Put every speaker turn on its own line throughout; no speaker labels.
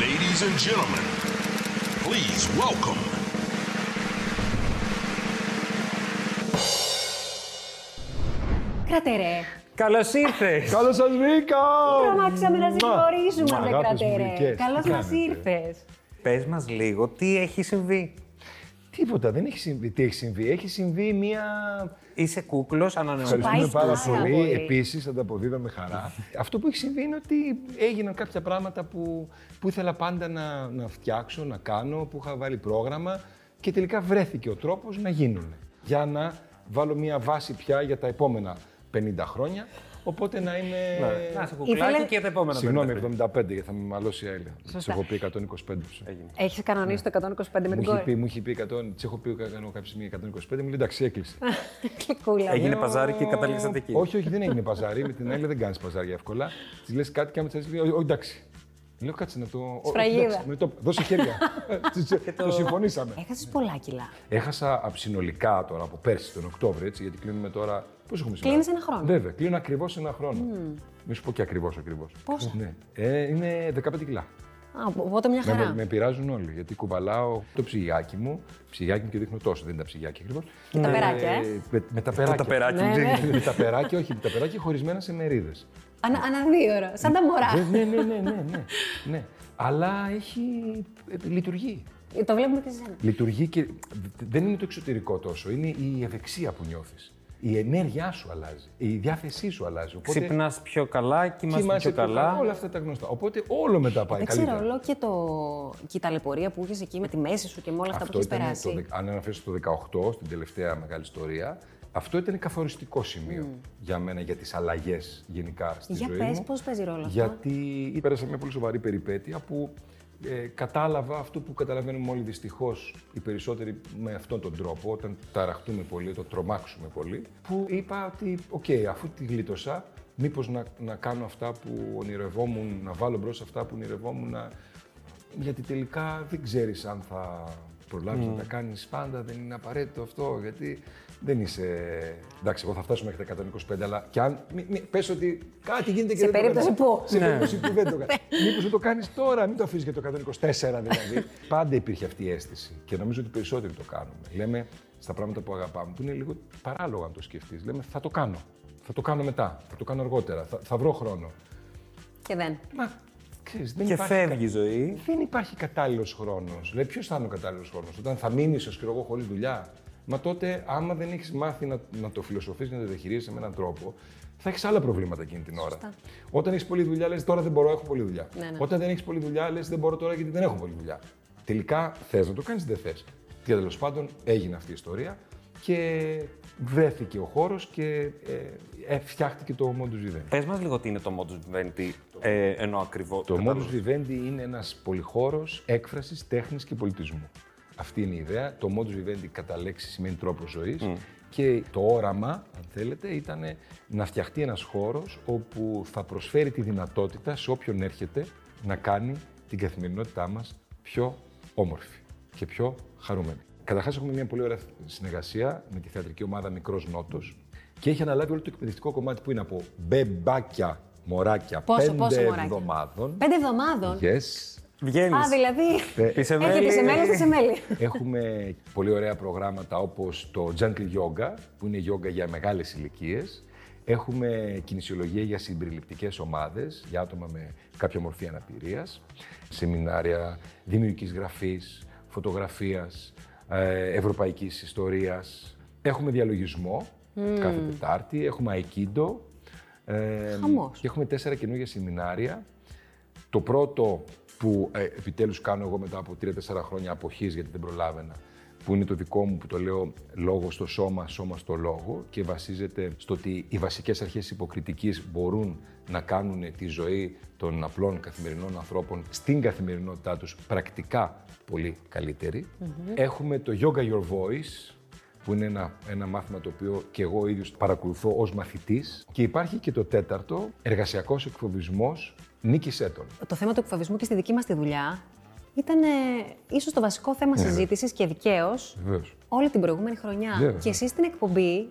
Ladies and gentlemen, please welcome.
Κρατερέ.
Καλώς ήρθες.
Καλώς σας βρήκα!
Τρομάξαμε να σε
Μουα.
γνωρίζουμε,
Μουα,
ρε
αγάπες μου
κρατερέ.
γλυκές, τι
Καλώ μας
κάνετε.
ήρθες.
Πες μας λίγο τι έχει συμβεί.
Τίποτα, δεν έχει συμβεί. Τι έχει συμβεί, έχει συμβεί μία.
Είσαι κούκλος, ανανεωμένο.
πάει
Ευχαριστούμε πάρα
καλά,
πολύ.
πολύ.
Επίση, ανταποδίδα με χαρά. Αυτό που έχει συμβεί είναι ότι έγιναν κάποια πράγματα που, που ήθελα πάντα να, να φτιάξω, να κάνω, που είχα βάλει πρόγραμμα και τελικά βρέθηκε ο τρόπος να γίνουν. Για να βάλω μία βάση πια για τα επόμενα 50 χρόνια. Οπότε να είμαι.
Να σε κουκλάκι
Ήθελε-
και τα επόμενα
Συγγνώμη,
πέντε.
75 γιατί θα με μαλώσει η Άιλα. Τη
Σωστά.
έχω πει 125.
Έχει κανονίσει το 125 με
Μου
την
είχε πει,
κόρη.
μου είχε πει 100, της έχω πει κάνω κάποια στιγμή 125, μου λέει εντάξει έκλεισε.
Κλικούλα.
Έγινε
Λέω,
Ε,
παζάρι και καταλήξατε εκεί.
Όχι, όχι, δεν έγινε παζάρι. Με την άλλη δεν κάνεις παζάρι εύκολα. Της λες κάτι και άμα της λέει, «Ω, εντάξει. Λέω κάτσε να το. «Ω, όχι,
Σφραγίδα.
εντάξει, μου λέει, το- Δώσε χέρια. Ε, Της- Το συμφωνήσαμε.
Έχασες πολλά κιλά.
Έχασα απ' συνολικά τώρα από πέρσι τον Οκτώβριο, έτσι, γιατί κλείνουμε τώρα. Πώς έχουμε σήμερα.
Κλείνεις ένα χρόνο.
Βέβαια, κλείνω ακριβώς ένα χρόνο. Μη σου πω και ακριβώς ακριβώς.
Πόσα?
Ναι. Ε, είναι 15 κιλά.
Α, Οπότε μια
Με,
χαρά.
με, με πειράζουν όλοι, γιατί κουβαλάω το ψυγιάκι μου. Ψυγιάκι μου και δείχνω τόσο, δεν είναι τα ψυγιάκι ακριβώ.
τα περάκια, ε.
Με, με τα περάκια.
Τα περάκι.
Ναι, ναι.
με τα περάκια, όχι, με τα περάκια χωρισμένα σε μερίδες.
Ανα, ανά δύο ώρα. Σαν τα μωρά.
ναι, ναι, ναι, ναι, ναι, ναι. Αλλά έχει. ε, λειτουργεί.
Ε, Το βλέπουμε και σε
Ε,
σένα.
Λειτουργεί και δεν είναι το εξωτερικό τόσο, είναι η ευεξία που νιώθεις. Η ενέργειά σου αλλάζει. Η διάθεσή σου αλλάζει. Οπότε
Ξυπνάς πιο καλά, κοιμάσαι
κοιμάσαι
πιο καλά.
Όλα αυτά τα γνωστά. Οπότε όλο μετά πάει
Δεν
καλύτερα.
ξέρω, όλο και, το... και η ταλαιπωρία που είχες εκεί με τη μέση σου και με όλα αυτά που έχεις
ήταν Το,
περάσει.
δεκα- αν αναφέρεσαι το 18, στην τελευταία μεγάλη ιστορία, αυτό ήταν καθοριστικό σημείο για μένα για τις αλλαγές γενικά στη
Mm. Για
ζωή
πες,
μου.
πώς παίζει ρόλο αυτό?
Γιατί πέρασα μια πολύ σοβαρή περιπέτεια που ε, κατάλαβα αυτό που καταλαβαίνουμε όλοι δυστυχώς οι περισσότεροι με αυτόν τον τρόπο, όταν ταραχτούμε πολύ, όταν τρομάξουμε πολύ, που είπα ότι, οκ, αφού τη γλίτωσα, μήπως να, να κάνω αυτά που ονειρευόμουν, να βάλω μπρος αυτά που ονειρευόμουν, να, γιατί τελικά δεν ξέρεις αν θα προλάβεις να τα κάνεις πάντα, δεν είναι απαραίτητο αυτό, γιατί δεν είσαι... Εντάξει, εγώ θα φτάσω μέχρι τα 125, αλλά και αν... Μη, μη- πες ότι κάτι γίνεται και
Σε
δεν το
περίπτωση
έκανα.
που.
Σε περίπτωση που δεν το κάνεις. Μήπως δεν το κάνεις τώρα, μην το αφήσεις για το 124 δηλαδή. πάντα υπήρχε αυτή η αίσθηση και νομίζω ότι περισσότεροι το κάνουμε. Λέμε στα πράγματα που αγαπάμε, που είναι λίγο παράλογα αν το σκεφτείς. Λέμε θα το κάνω, θα το κάνω μετά, θα το κάνω αργότερα, θα, θα βρω χρόνο.
Και δεν.
Μα, ξέρεις, δεν
Και
υπάρχει
φεύγει η ζωή.
δεν υπάρχει κατάλληλος χρόνος. Λέει, ποιος θα είναι ο κατάλληλος χρόνος, όταν θα μείνεις, ας ξέρω εγώ, χωρίς δουλειά. Μα τότε, άμα δεν έχεις μάθει να, να το φιλοσοφείς και να το διαχειρίζεσαι με έναν τρόπο, θα έχεις άλλα προβλήματα εκείνη την ώρα. Όταν έχεις πολλή δουλειά, λες τώρα δεν μπορώ, έχω πολλή δουλειά.
Ναι, ναι.
Όταν δεν έχεις πολλή δουλειά, λες δεν μπορώ τώρα γιατί δεν έχω πολλή δουλειά. Τελικά θες να το κάνεις, δεν θες. Και τέλος πάντων έγινε αυτή η ιστορία και βρέθηκε ο χώρος και ε, ε, φτιάχτηκε το Modus Vivendi.
Πες μας λίγο τι είναι το modus vivendi, ε, ενώ ακριβώ.
Το
κατάλαβα.
modus vivendi είναι ένας πολυχώρος έκφρασης τέχνης και πολιτισμού. Αυτή είναι η ιδέα. Το modus vivendi κατά λέξη σημαίνει τρόπο ζωής και το όραμα, αν θέλετε, ήταν να φτιαχτεί ένας χώρος όπου θα προσφέρει τη δυνατότητα σε όποιον έρχεται να κάνει την καθημερινότητά μας πιο όμορφη και πιο χαρούμενη. Καταρχάς έχουμε μια πολύ ωραία συνεργασία με τη θεατρική ομάδα Μικρός Νότος και έχει αναλάβει όλο το εκπαιδευτικό κομμάτι που είναι από μπεμπάκια, μωράκια,
Πόσο,
πέντε
πόσο μωράκια?
εβδομάδων.
Πέντε εβδομάδων.
Yes.
Βγαίνεις.
Α, δηλαδή.
Είσαι
Έχει τη σεμέλη στη σεμέλη.
Έχουμε πολύ ωραία προγράμματα όπως το Gentle Yoga, που είναι yoga για μεγάλες ηλικίες. Έχουμε κινησιολογία για συμπεριληπτικές ομάδες, για άτομα με κάποια μορφή αναπηρίας. Σεμινάρια δημιουργικής γραφής, φωτογραφίας, ε, ευρωπαϊκής ιστορίας. Έχουμε διαλογισμό κάθε Τετάρτη, έχουμε Aikido. Ε,
Χαμός.
Και έχουμε τέσσερα καινούργια σεμινάρια. Το πρώτο που ε, επιτέλους κάνω εγώ μετά από 3-4 χρόνια αποχής γιατί δεν προλάβαινα, που είναι το δικό μου που το λέω λόγο στο σώμα, σώμα στο λόγο και βασίζεται στο ότι οι βασικές αρχές υποκριτικής μπορούν να κάνουν τη ζωή των απλών καθημερινών ανθρώπων στην καθημερινότητά τους πρακτικά πολύ καλύτερη. Έχουμε το Yoga Your Voice, που είναι ένα, ένα μάθημα το οποίο και εγώ ίδιος παρακολουθώ ως μαθητής. Και υπάρχει και το τέταρτο, εργασιακός εκφοβισμός νίκης έτων.
το θέμα του εκφοβισμού και στη δική μας τη δουλειά ήταν ε, ίσως το βασικό
Ναι.
θέμα συζήτησης και δικαίως
Βεβαίως.
όλη την προηγούμενη χρονιά.
Βέβαια.
Και εσείς στην εκπομπή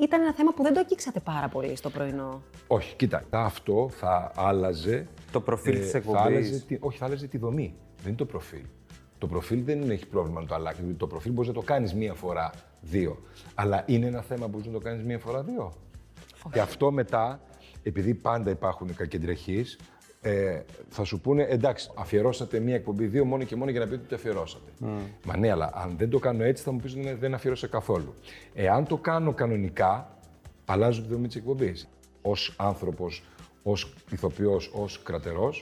ήταν ένα θέμα που δεν το αγγίξατε πάρα πολύ στο πρωινό.
Όχι, κοίτα, αυτό θα άλλαζε. ε,
Το προφίλ της
θα
εκπομπής.
άλλαζε τη- όχι, θα άλλαζε τη δομή. Δεν είναι το προφίλ. Το προφίλ δεν έχει πρόβλημα να το αλλάξει. διότι Το προφίλ μπορείς να το κάνεις μία φορά, δύο. Αλλά είναι ένα θέμα που μπορείς να το κάνεις μία φορά, δύο. Και αυτό μετά, επειδή πάντα υπάρχουν κακεντρεχείς, ε, θα σου πούνε εντάξει, αφιερώσατε μία εκπομπή, δύο μόνο και μόνο για να πείτε ότι αφιερώσατε. Μα ναι, αλλά αν δεν το κάνω έτσι, θα μου πεις ότι δεν αφιερώσα καθόλου. Εάν το κάνω κανονικά, αλλάζω τη δομή τη εκπομπής. Ως άνθρωπος, ως ηθοποιός, ως κρατερός,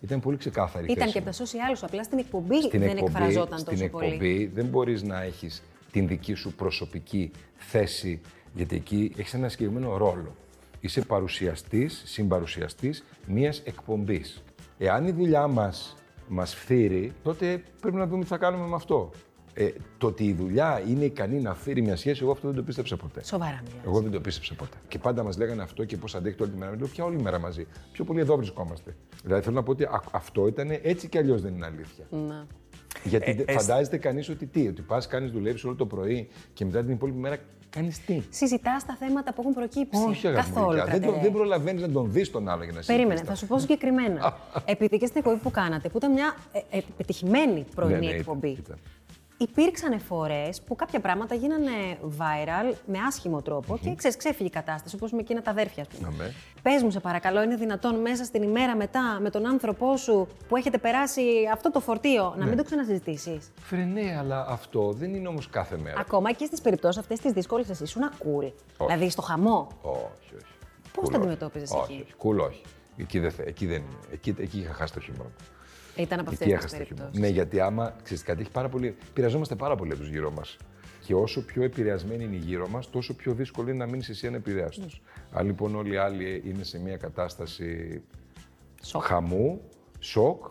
ήταν πολύ ξεκάθαρη η
Ήταν
θέση
και από
μου.
τα social σου, απλά στην εκπομπή
Στην
δεν
εκπομπή,
εκφραζόταν
στην
τόσο
εκπομπή
πολύ.
δεν μπορείς να έχεις την δική σου προσωπική θέση, γιατί εκεί έχεις ένα συγκεκριμένο ρόλο. Είσαι παρουσιαστής, συμπαρουσιαστής μιας εκπομπής. Εάν η δουλειά μας μας φθείρει, τότε πρέπει να δούμε τι θα κάνουμε με αυτό. Ε, το ότι η δουλειά είναι ικανή να φθείρει μια σχέση, εγώ αυτό δεν το πίστεψα ποτέ.
Σοβαρά μιλάω.
Εγώ δεν το πίστεψα ποτέ. Και πάντα μας λέγανε αυτό και πώς αντέχετε όλη τη μέρα. Λέω πια όλη μέρα μαζί. Πιο πολύ εδώ βρισκόμαστε. Δηλαδή θέλω να πω ότι α- αυτό ήταν έτσι κι αλλιώς δεν είναι αλήθεια.
Να.
Γιατί
Ε,
δε-
ε,
φαντάζεται κανείς ότι τι, ότι πας, κάνεις δουλεύει όλο το πρωί και μετά την υπόλοιπη μέρα κάνεις τι.
Συζητάς τα θέματα που έχουν προκύψει.
Όχι, αγαπητοί
Καθόλου.
Δεν,
κρατερέ.
το- δεν προλαβαίνεις να τον δεις τον άλλο για να συζητήσει.
Περίμενε, θα σου πω συγκεκριμένα. Επειδή και στην εκπομπή που κάνατε, που ήταν μια ε, ε, επιτυχημένη πρωινή
Ναι, ναι,
εκπομπή,
ήταν, ήταν.
υπήρξαν φορές που κάποια πράγματα γίνανε viral με άσχημο τρόπο και ξέρεις, ξέφυγε η κατάσταση, όπως με εκείνα τα αδέρφια, α πούμε.
Ναι.
Πες μου, σε παρακαλώ, είναι δυνατόν μέσα στην ημέρα μετά με τον άνθρωπό σου που έχετε περάσει αυτό το φορτίο
Ναι.
να μην το ξανασυζητήσεις.
Φρενέ, ναι, αλλά αυτό δεν είναι όμως κάθε μέρα.
Ακόμα και στις περιπτώσεις αυτές τις δύσκολες, εσύ ήσουν cool. Δηλαδή στο χαμό.
Όχι, όχι.
Πώς τα
Cool όχι.
αντιμετώπιζες
όχι,
εκεί?
Όχι, cool, όχι. Εκεί, δεν, θε- εκεί, δεν, εκεί, εκεί είχα χάσει το χειμώνα μου.
Ήταν από αυτές
Εκεί
τις
έχασε το χειμώνα.
περιπτώσεις.
Ναι, γιατί άμα ξέρεις κάτι, έχει πάρα πολύ. Πειραζόμαστε πάρα πολύ από τους γύρω μας. Και όσο πιο επηρεασμένοι είναι οι γύρω μας, τόσο πιο δύσκολο είναι να μείνεις εσύ ανεπηρέαστος.
Ναι.
Αν λοιπόν όλοι οι άλλοι είναι σε μια κατάσταση
Σοκ.
χαμού, σοκ,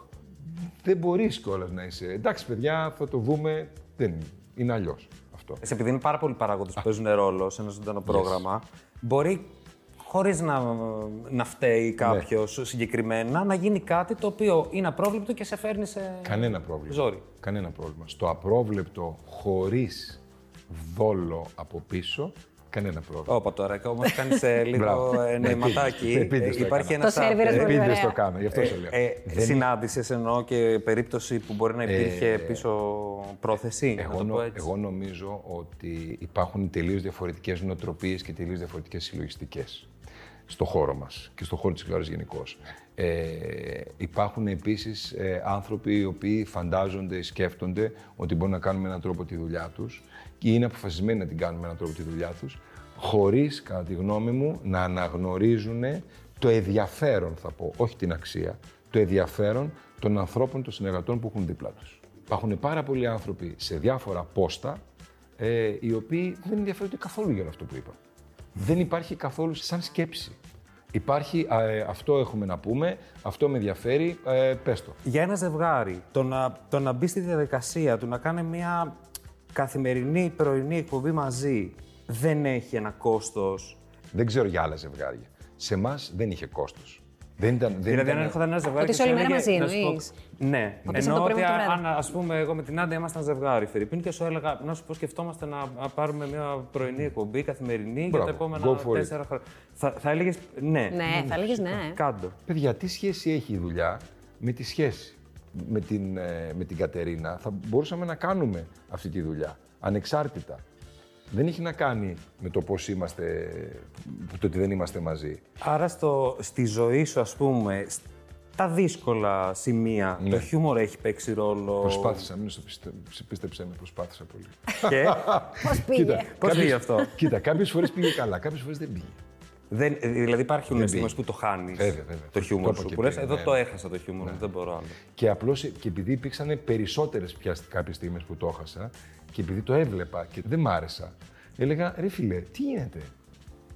δεν μπορείς κιόλας να είσαι. Εντάξει, παιδιά, θα το βούμε. Δεν είναι. Είναι αλλιώς αυτό.
Ναι.
Σε επειδή είναι πάρα πολλοί παράγοντες που παίζουν ρόλο σε ένα ζωντανό πρόγραμμα, μπορεί χωρίς να, να
Ναι.
φταίει κάποιος συγκεκριμένα να γίνει κάτι το οποίο είναι απρόβλεπτο και σε φέρνει σε.
Κανένα πρόβλημα.
Ζόρι.
Κανένα πρόβλημα. Στο απρόβλεπτο, χωρίς δόλο από πίσω, κανένα πρόβλημα.
Όπα τώρα, όμως κάνεις λίγο
Μπράβο.
ε, νοηματάκι.
Επίτηδες. Επίτηδες
Ε,
το
Υπάρχει ένα
έκανα.
Το σερβίρες
after.
μπορεί πολύ
Επίτηδε
ωραία.
το κάνω, γι' αυτό σε λέω.
Ε,
Δεν- Ε,
Συνάντησες ενώ και περίπτωση που μπορεί να υπήρχε πίσω πρόθεση. να
Εγώ,
το
νο-
πω έτσι.
εγώ νομίζω ότι υπάρχουν τελείως διαφορετικές νοοτροπίες και τελείως διαφορετικές συλλογιστικές στο χώρο μας και στο χώρο της τηλεόραση γενικώς. Ε, υπάρχουν επίσης άνθρωποι οι οποίοι φαντάζονται ή σκέφτονται ότι μπορούν να κάνουν με έναν τρόπο τη δουλειά τους και είναι αποφασισμένοι να την κάνουν με έναν τρόπο τη δουλειά τους, χωρίς, κατά τη γνώμη μου, να αναγνωρίζουν το ενδιαφέρον, θα πω, όχι την αξία, το ενδιαφέρον των ανθρώπων, των συνεργατών που έχουν δίπλα τους. Υπάρχουν πάρα πολλοί άνθρωποι σε διάφορα πόστα ε, οι οποίοι δεν ενδιαφέρονται καθόλου για αυτό που είπα. Δεν υπάρχει καθόλου σαν σκέψη. Υπάρχει α, ε, αυτό έχουμε να πούμε, αυτό με ενδιαφέρει, ε, πες το.
Για ένα ζευγάρι, το να, το να μπει στη διαδικασία του να κάνει μια καθημερινή πρωινή εκπομπή μαζί δεν έχει ένα κόστος.
Δεν ξέρω για άλλα ζευγάρια. Σε εμάς δεν είχε κόστος. Δεν ήταν, δεν
Δηλαδή, αν
ήταν-
έρχονταν ένα ζευγάρι.
Ότι
και
είσαι όλη
σου
μέρα μαζί,
έλεγε, να σου πω-
εννοείς?
Ναι.
Από τις
Ενώ
από το
ότι
πρωί μέχρι το
αν,
βράδυ.
ας πούμε, εγώ με την Άντα ήμασταν ζευγάρι, Φερρυπίν, και σου έλεγα να σου πω, σκεφτόμαστε να να πάρουμε μια πρωινή εκπομπή καθημερινή για
Μπράβο.
τα
Go
επόμενα
for it.
τέσσερα χρόνια. Θα, θα έλεγες ναι.
Ναι, θα έλεγες ναι.
Κάντο.
Παιδιά, τι σχέση έχει η δουλειά με τη σχέση. Με την, ε, με την Κατερίνα θα μπορούσαμε να κάνουμε αυτή τη δουλειά, ανεξάρτητα. Δεν έχει να κάνει με το πώς είμαστε, το ότι δεν είμαστε μαζί.
Άρα στο, στη ζωή σου, ας πούμε, στα δύσκολα σημεία,
Ναι.
το χιούμορ έχει παίξει ρόλο.
Προσπάθησα, μην στο πιστε... πίστεψε με, προσπάθησα πολύ.
Και
Πώς πήγε.
πώς
κάποιες-
πήγε αυτό?
Κοίτα, κάποιες φορές πήγε καλά, κάποιες φορές δεν πήγε.
δεν, δηλαδή υπάρχουν στιγμές
πήγε.
που το χάνεις
Βέβαια, βέβαια.
το χιούμορ
Το
σου.
είπα
Που
και
λες,
πριν,
εδώ
ναι.
το έχασα το χιούμορ μου, δεν μπορώ άλλο.
Και απλώς, και επειδή υπήρξαν περισσότερες πια κάποιες στιγμές που το έχασα και επειδή το έβλεπα και δεν μ' άρεσα, έλεγα, ρε φίλε, τι γίνεται.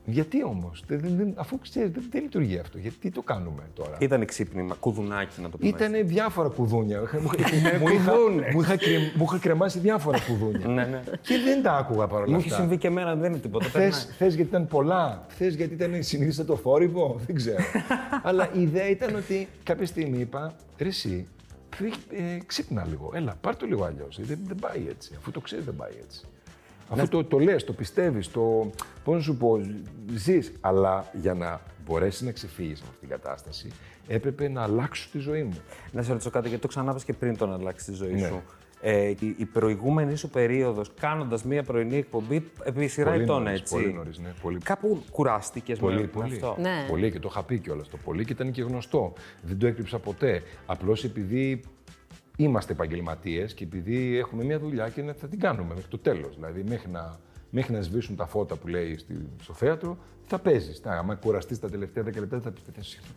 Γιατί όμως, δεν- δεν- δεν- αφού ξέρεις, δεν, δεν λειτουργεί αυτό, γιατί το κάνουμε τώρα.
Ήταν ξύπνημα, κουδουνάκι να το πούμε.
Ήτανε διάφορα κουδούνια. Είχα- μου είχα- μου είχα-
κουδούνες.
μου είχα κρεμ- Μου είχα κρεμάσει διάφορα
έτσι. Ναι,
κουδούνια.
ναι.
Και δεν τα άκουγα
Μου
παρόλα
έχει
αυτά.
συμβεί και εμένα, δεν είναι τίποτα.
Θες
περνάει.
θες γιατί ήταν πολλά, θες γιατί ήταν συνήθιστα το θόρυβο, δεν ξέρω. Αλλά η ιδέα ήταν ότι κάποια στιγμή είπα, ρε εσύ, πρι- ε, ξύπνα λίγο, έλα, πάρ το λίγο αλλιώς. Δεν, δεν πάει έτσι, αφού το ξέρεις δεν πάει έτσι. Αυτό το, το λες, το πιστεύεις, το πώς να σου πω, ζεις. Αλλά για να μπορέσεις να ξεφύγεις από αυτήν την κατάσταση, έπρεπε να αλλάξω τη ζωή μου.
Να σε ρωτήσω κάτι, γιατί το ξανάπες και πριν τον αλλάξεις τη ζωή
Ναι.
σου. Ε, η, η προηγούμενη σου περίοδος, κάνοντας μία πρωινή εκπομπή επί σειρά
Πολύ
ετών,
νωρίς,
έτσι.
πολύ νωρίς, ναι, πολύ.
Κάπου κουράστηκες με,
Πολύ,
με
πολύ.
αυτό.
Ναι.
Πολύ και το είχα πει κιόλας το πολύ και ήταν και γνωστό. Δεν το έκρυψα ποτέ. Απλώς επειδή είμαστε επαγγελματίες και επειδή έχουμε μια δουλειά και να- θα την κάνουμε μέχρι το τέλος. Δηλαδή, μέχρι να, μέχρι να σβήσουν τα φώτα που λέει στη- στο θέατρο, θα παίζεις. Αν κουραστείς τα τελευταία 10 λεπτά, θα πεις «Συγγνώμη,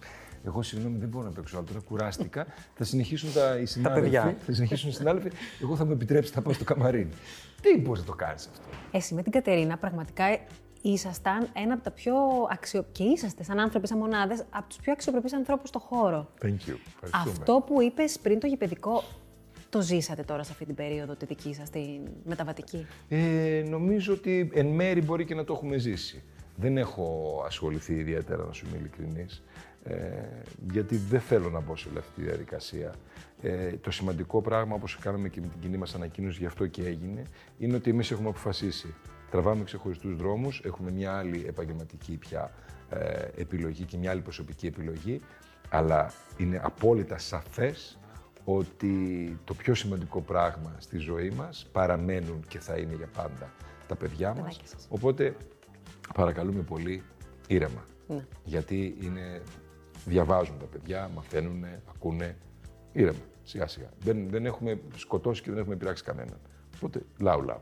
Εγώ συγγνώμη, δεν μπορώ να παίξω άλλο. Τώρα κουράστηκα. Θα συνεχίσουν τα, οι συνάδελφοι.
παιδιά.
Θα συνεχίσουν οι συνάδελφοι. Εγώ θα μου επιτρέψεις να πάω στο καμαρίνι. Τι μπορείς να το κάνεις αυτό.
Εσύ με την Κατερίνα πραγματικά ήσασταν ένα από τα πιο αξιο... και είσαστε σαν άνθρωποι, σαν μονάδες, από τους πιο αξιοπρεπείς ανθρώπους στο χώρο.
Thank you. Ευχαριστούμε.
Αυτό που είπες πριν το γηπαιδικό, το ζήσατε τώρα σε αυτή την περίοδο τη δική σας, τη μεταβατική.
Ε, νομίζω ότι εν μέρη μπορεί και να το έχουμε ζήσει. Δεν έχω ασχοληθεί ιδιαίτερα, να σου είμαι ειλικρινής, ε, γιατί δεν θέλω να μπω σε όλη αυτή τη διαδικασία. Ε, το σημαντικό πράγμα, όπως κάναμε και με την κοινή μας ανακοίνωση, γι' αυτό και έγινε, είναι ότι εμείς έχουμε αποφασίσει. Τραβάμε ξεχωριστούς δρόμους, έχουμε μια άλλη επαγγελματική πια ε, επιλογή και μια άλλη προσωπική επιλογή, αλλά είναι απόλυτα σαφές ότι το πιο σημαντικό πράγμα στη ζωή μας παραμένουν και θα είναι για πάντα τα παιδιά μας.
Παιδάκια σας.
Οπότε παρακαλούμε πολύ ήρεμα.
Ναι.
Γιατί είναι, διαβάζουν τα παιδιά, μαθαίνουν, ακούνε ήρεμα. Σιγά σιγά. Δεν, δεν έχουμε σκοτώσει και δεν έχουμε πειράξει κανέναν. Οπότε λαού λαού.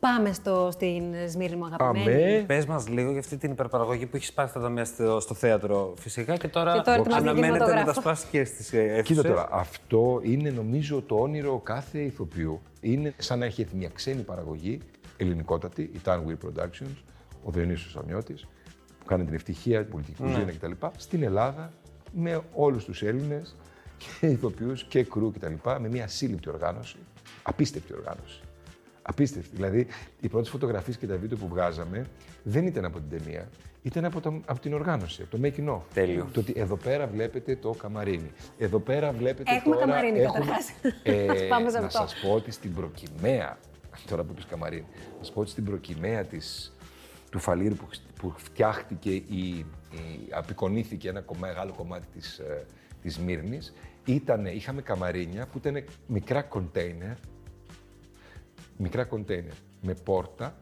Πάμε στο, στην Σμύρνη μου αγαπημένη.
Αμέ.
Πες μας λίγο για αυτή την υπερπαραγωγή που έχεις πάρει τα ταμεία στο, στο θέατρο φυσικά και τώρα,
Και τώρα ετοιμάζει τον
αναμένεται να τα
κινηματογράφο.
σπάσεις και ε, στι αίθουσες.
Κοίτα τώρα, αυτό είναι νομίζω το όνειρο κάθε ηθοποιού. Είναι σαν να έχει έρθει μια ξένη παραγωγή, ελληνικότατη, η Tan Weir Productions, ο Διονύσιος Αμιώτης, που κάνει την ευτυχία, την πολιτική κουζίνα κτλ. Στην Ελλάδα, με όλους τους Έλληνες και ηθοποιούς και κρού κτλ. Με μια σύλληπτη οργάνωση, απίστευτη οργάνωση. Απίστευτη. Δηλαδή, οι πρώτες φωτογραφίες και τα βίντεο που βγάζαμε δεν ήταν από την ταινία, ήταν από, τα- από την οργάνωση, από το making of.
Τέλειο.
Το ότι εδώ πέρα βλέπετε το καμαρίνι. Εδώ πέρα βλέπετε
Έχουμε
τώρα... Ε,
καμαρίνι, καταρχάς. Ας πάμε σε
να
αυτό.
σας πω ότι στην προκυμαία, τώρα που πεις καμαρίνι, να σας πω ότι στην προκυμαία της, του φαλήρου που, χτ- που φτιάχτηκε, η, η- απεικονίθηκε ένα κομμά- μεγάλο κομμάτι της, ε, της Μύρνης, ήτανε, είχαμε καμαρίνια που ήταν μικρά κοντέινερ, μικρά κοντέινερ με πόρτα,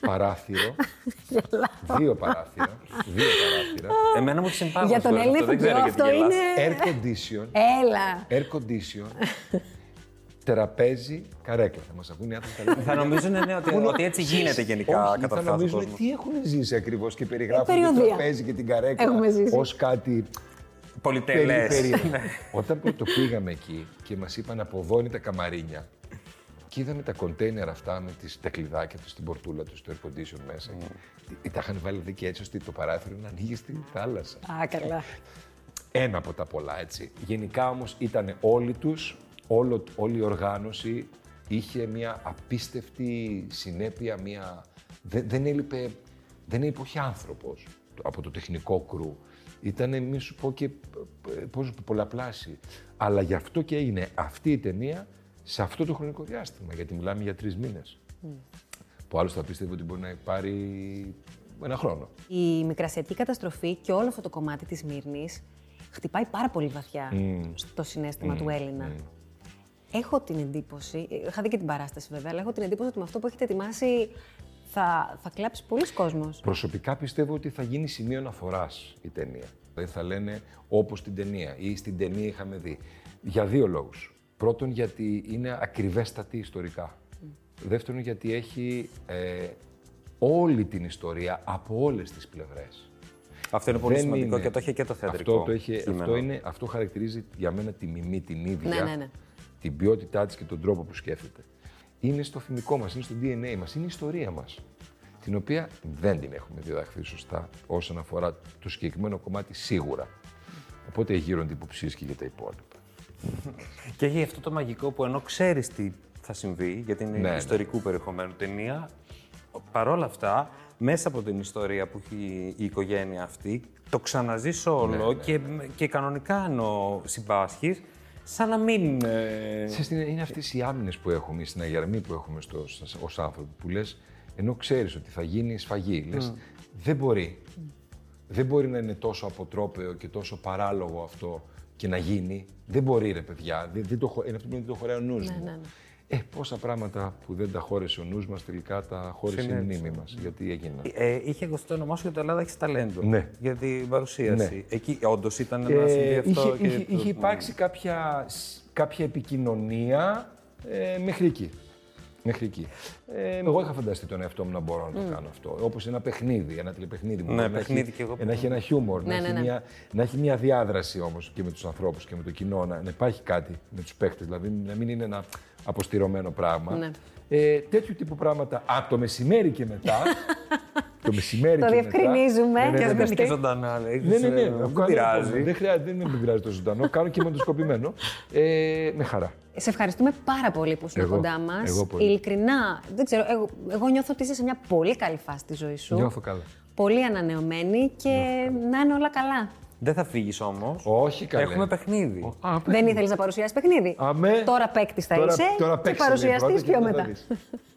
παράθυρο, δύο παράθυρα, δύο παράθυρα,
Εμένα μου τη συμπάθει.
Για τον Έλληνα ηθοποιό αυτό είναι...
air condition,
Ε. Έλα!
air condition, τραπέζι, καρέκλα. Θα μας ακούνε οι άνθρωποι θα λένε,
Θα νομίζουν ναι, ότι, ότι έτσι γίνεται γενικά
Όχι,
κατά
θα
βάθος ο
νομίζουν
κόσμος.
τι έχουν ζήσει ακριβώς και περιγράφουν το
Ε, Περιοδία.
τραπέζι και την καρέκλα
Έχουμε ζήσει.
ως κάτι περί,
Πολυτελές.
περίεργο. Όταν που το πήγαμε εκεί και μας είπαν από εδώ είναι τα καμαρίνια και είδαμε τα κοντέινερ αυτά με τις, τα κλειδάκια τους, την πορτούλα τους, το air condition μέσα. και Τα είχαν βάλει και έτσι ώστε το παράθυρο να ανοίγει στη θάλασσα.
Α, καλά.
Ένα από τα πολλά, έτσι. Γενικά όμως ήταν όλοι τους, όλο, όλη η οργάνωση είχε μια απίστευτη συνέπεια, μια... Δεν, δεν έλειπε, δεν έλειπε άνθρωπος από το τεχνικό κρου. Ήταν, μη σου πω και ε, πώς πολλαπλάσιοι. Αλλά γι' αυτό και έγινε αυτή η ταινία σε αυτό το χρονικό διάστημα, γιατί μιλάμε για τρεις μήνες. Που άλλος θα πίστευε ότι μπορεί να πάρει ένα χρόνο.
Η μικρασιατική καταστροφή και όλο αυτό το κομμάτι της Μύρνης χτυπάει πάρα πολύ βαθιά στο συνέστημα του Έλληνα. Έχω την εντύπωση, ε, είχα δει και την παράσταση βέβαια, αλλά έχω την εντύπωση ότι με αυτό που έχετε ετοιμάσει θα, θα κλάψει πολλοί κόσμος.
Προσωπικά πιστεύω ότι θα γίνει σημείο αναφοράς η ταινία. Δηλαδή θα λένε όπως την ταινία ή στην ταινία είχαμε δει. Για δύο λόγους. Πρώτον, γιατί είναι ακριβέστατη ιστορικά. Δεύτερον, γιατί έχει ε, όλη την ιστορία από όλες τις πλευρές.
Αυτό είναι πολύ σημαντικό και το είχε και το θεατρικό.
Αυτό, το είχε,
κείμενο.
αυτό, είναι, αυτό χαρακτηρίζει για μένα τη μιμή, την ίδια,
Ναι, ναι, ναι.
την ποιότητά της και τον τρόπο που σκέφτεται. Είναι στο θυμικό μας, είναι στο DNA μας, είναι η ιστορία μας. Την οποία δεν την έχουμε διδαχθεί σωστά όσον αφορά το συγκεκριμένο κομμάτι σίγουρα. Οπότε γύρονται υποψίε και για τα υπόλοιπα.
Και έχει αυτό το μαγικό που ενώ ξέρεις τι θα συμβεί, γιατί είναι
Ναι, ναι.
ιστορικού περιεχομένου ταινία, παρόλα αυτά, μέσα από την ιστορία που έχει η
Ναι,
οικογένεια αυτή, το ξαναζείς όλο και, και κανονικά ενώ συμπάσχεις, σαν να μην. ε,
Ξέρεις τι είναι, είναι αυτές οι άμυνες που έχουμε, οι συναγερμοί που έχουμε στο, ως άνθρωποι που λες, ενώ ξέρεις ότι θα γίνει σφαγή, λες,
Mm.
δεν μπορεί. Δεν μπορεί να είναι τόσο αποτρόπαιο και τόσο παράλογο αυτό και να γίνει. Δεν μπορεί, ρε παιδιά. Δεν, δεν το, χω- είναι αυτό που λένε, δεν το χωράει ο νους μου.
ναι, ναι.
Ε, πόσα πράγματα που δεν τα χώρεσε ο νους μας τελικά τα χώρεσε η
Συνέβησαν.
μνήμη μας, γιατί έγιναν.
Ε, είχε εγώ στο όνομά σου για το Ελλάδα έχεις ταλέντο.
Ναι.
Για την παρουσίαση.
Ναι.
Εκεί όντως ήταν
Ε,
ένα συμβεί αυτό.
είχε, είχε,
και...
είχε υπάρξει κάποια, σ- κάποια επικοινωνία ε, μέχρι εκεί. Μέχρι εκεί. Ε, εγώ είχα φανταστεί τον εαυτό μου να μπορώ να το κάνω αυτό. Όπως ένα παιχνίδι, ένα τηλεπαιχνίδι. μπορεί να
Ναι, παιχνίδι
έχει-
κι εγώ
Να έχει ένα χιούμορ,
Ναι,
να,
ναι,
έχει
ναι.
Μια, να έχει μια διάδραση όμως και με τους ανθρώπους και με το κοινό. Να, να υπάρχει κάτι με τους παίχτε, δηλαδή να μην είναι ένα αποστηρωμένο πράγμα.
Ναι.
Ε, τέτοιου τύπου πράγματα από το μεσημέρι και μετά. το μεσημέρι
Το
και
διευκρινίζουμε.
μετά. Ναι, ναι,
Και ας
Δεν
ναι, ναι.
είναι και ζωντανά, λέει.
Ναι, ναι, ναι.
Ε,
Κάνω-
Δεν πειράζει.
Δεν χρειάζεται, δεν με πειράζει το ζωντανό. Κάνω κινηματοσκοπημένο. Ε, με χαρά.
Σε ευχαριστούμε πάρα πολύ που ήσουν
Εγώ.
κοντά μας.
Εγώ πολύ.
Ειλικρινά, δεν ξέρω, εγώ, εγώ νιώθω ότι είσαι σε μια πολύ καλή φάση τη ζωή σου.
Νιώθω καλά.
Πολύ ανανεωμένη και να είναι όλα καλά.
Δεν θα φύγεις όμως.
Όχι καλά.
Έχουμε παιχνίδι.
Α,
Δεν ήθελες να παρουσιάσεις παιχνίδι.
Αμέ.
Τώρα παίκτης θα
Τώρα-
είσαι
τώρα
και
παίξε λίγο πρώτα
παρουσιαστή
και
πιο
μετά θα
μετά.
δεις.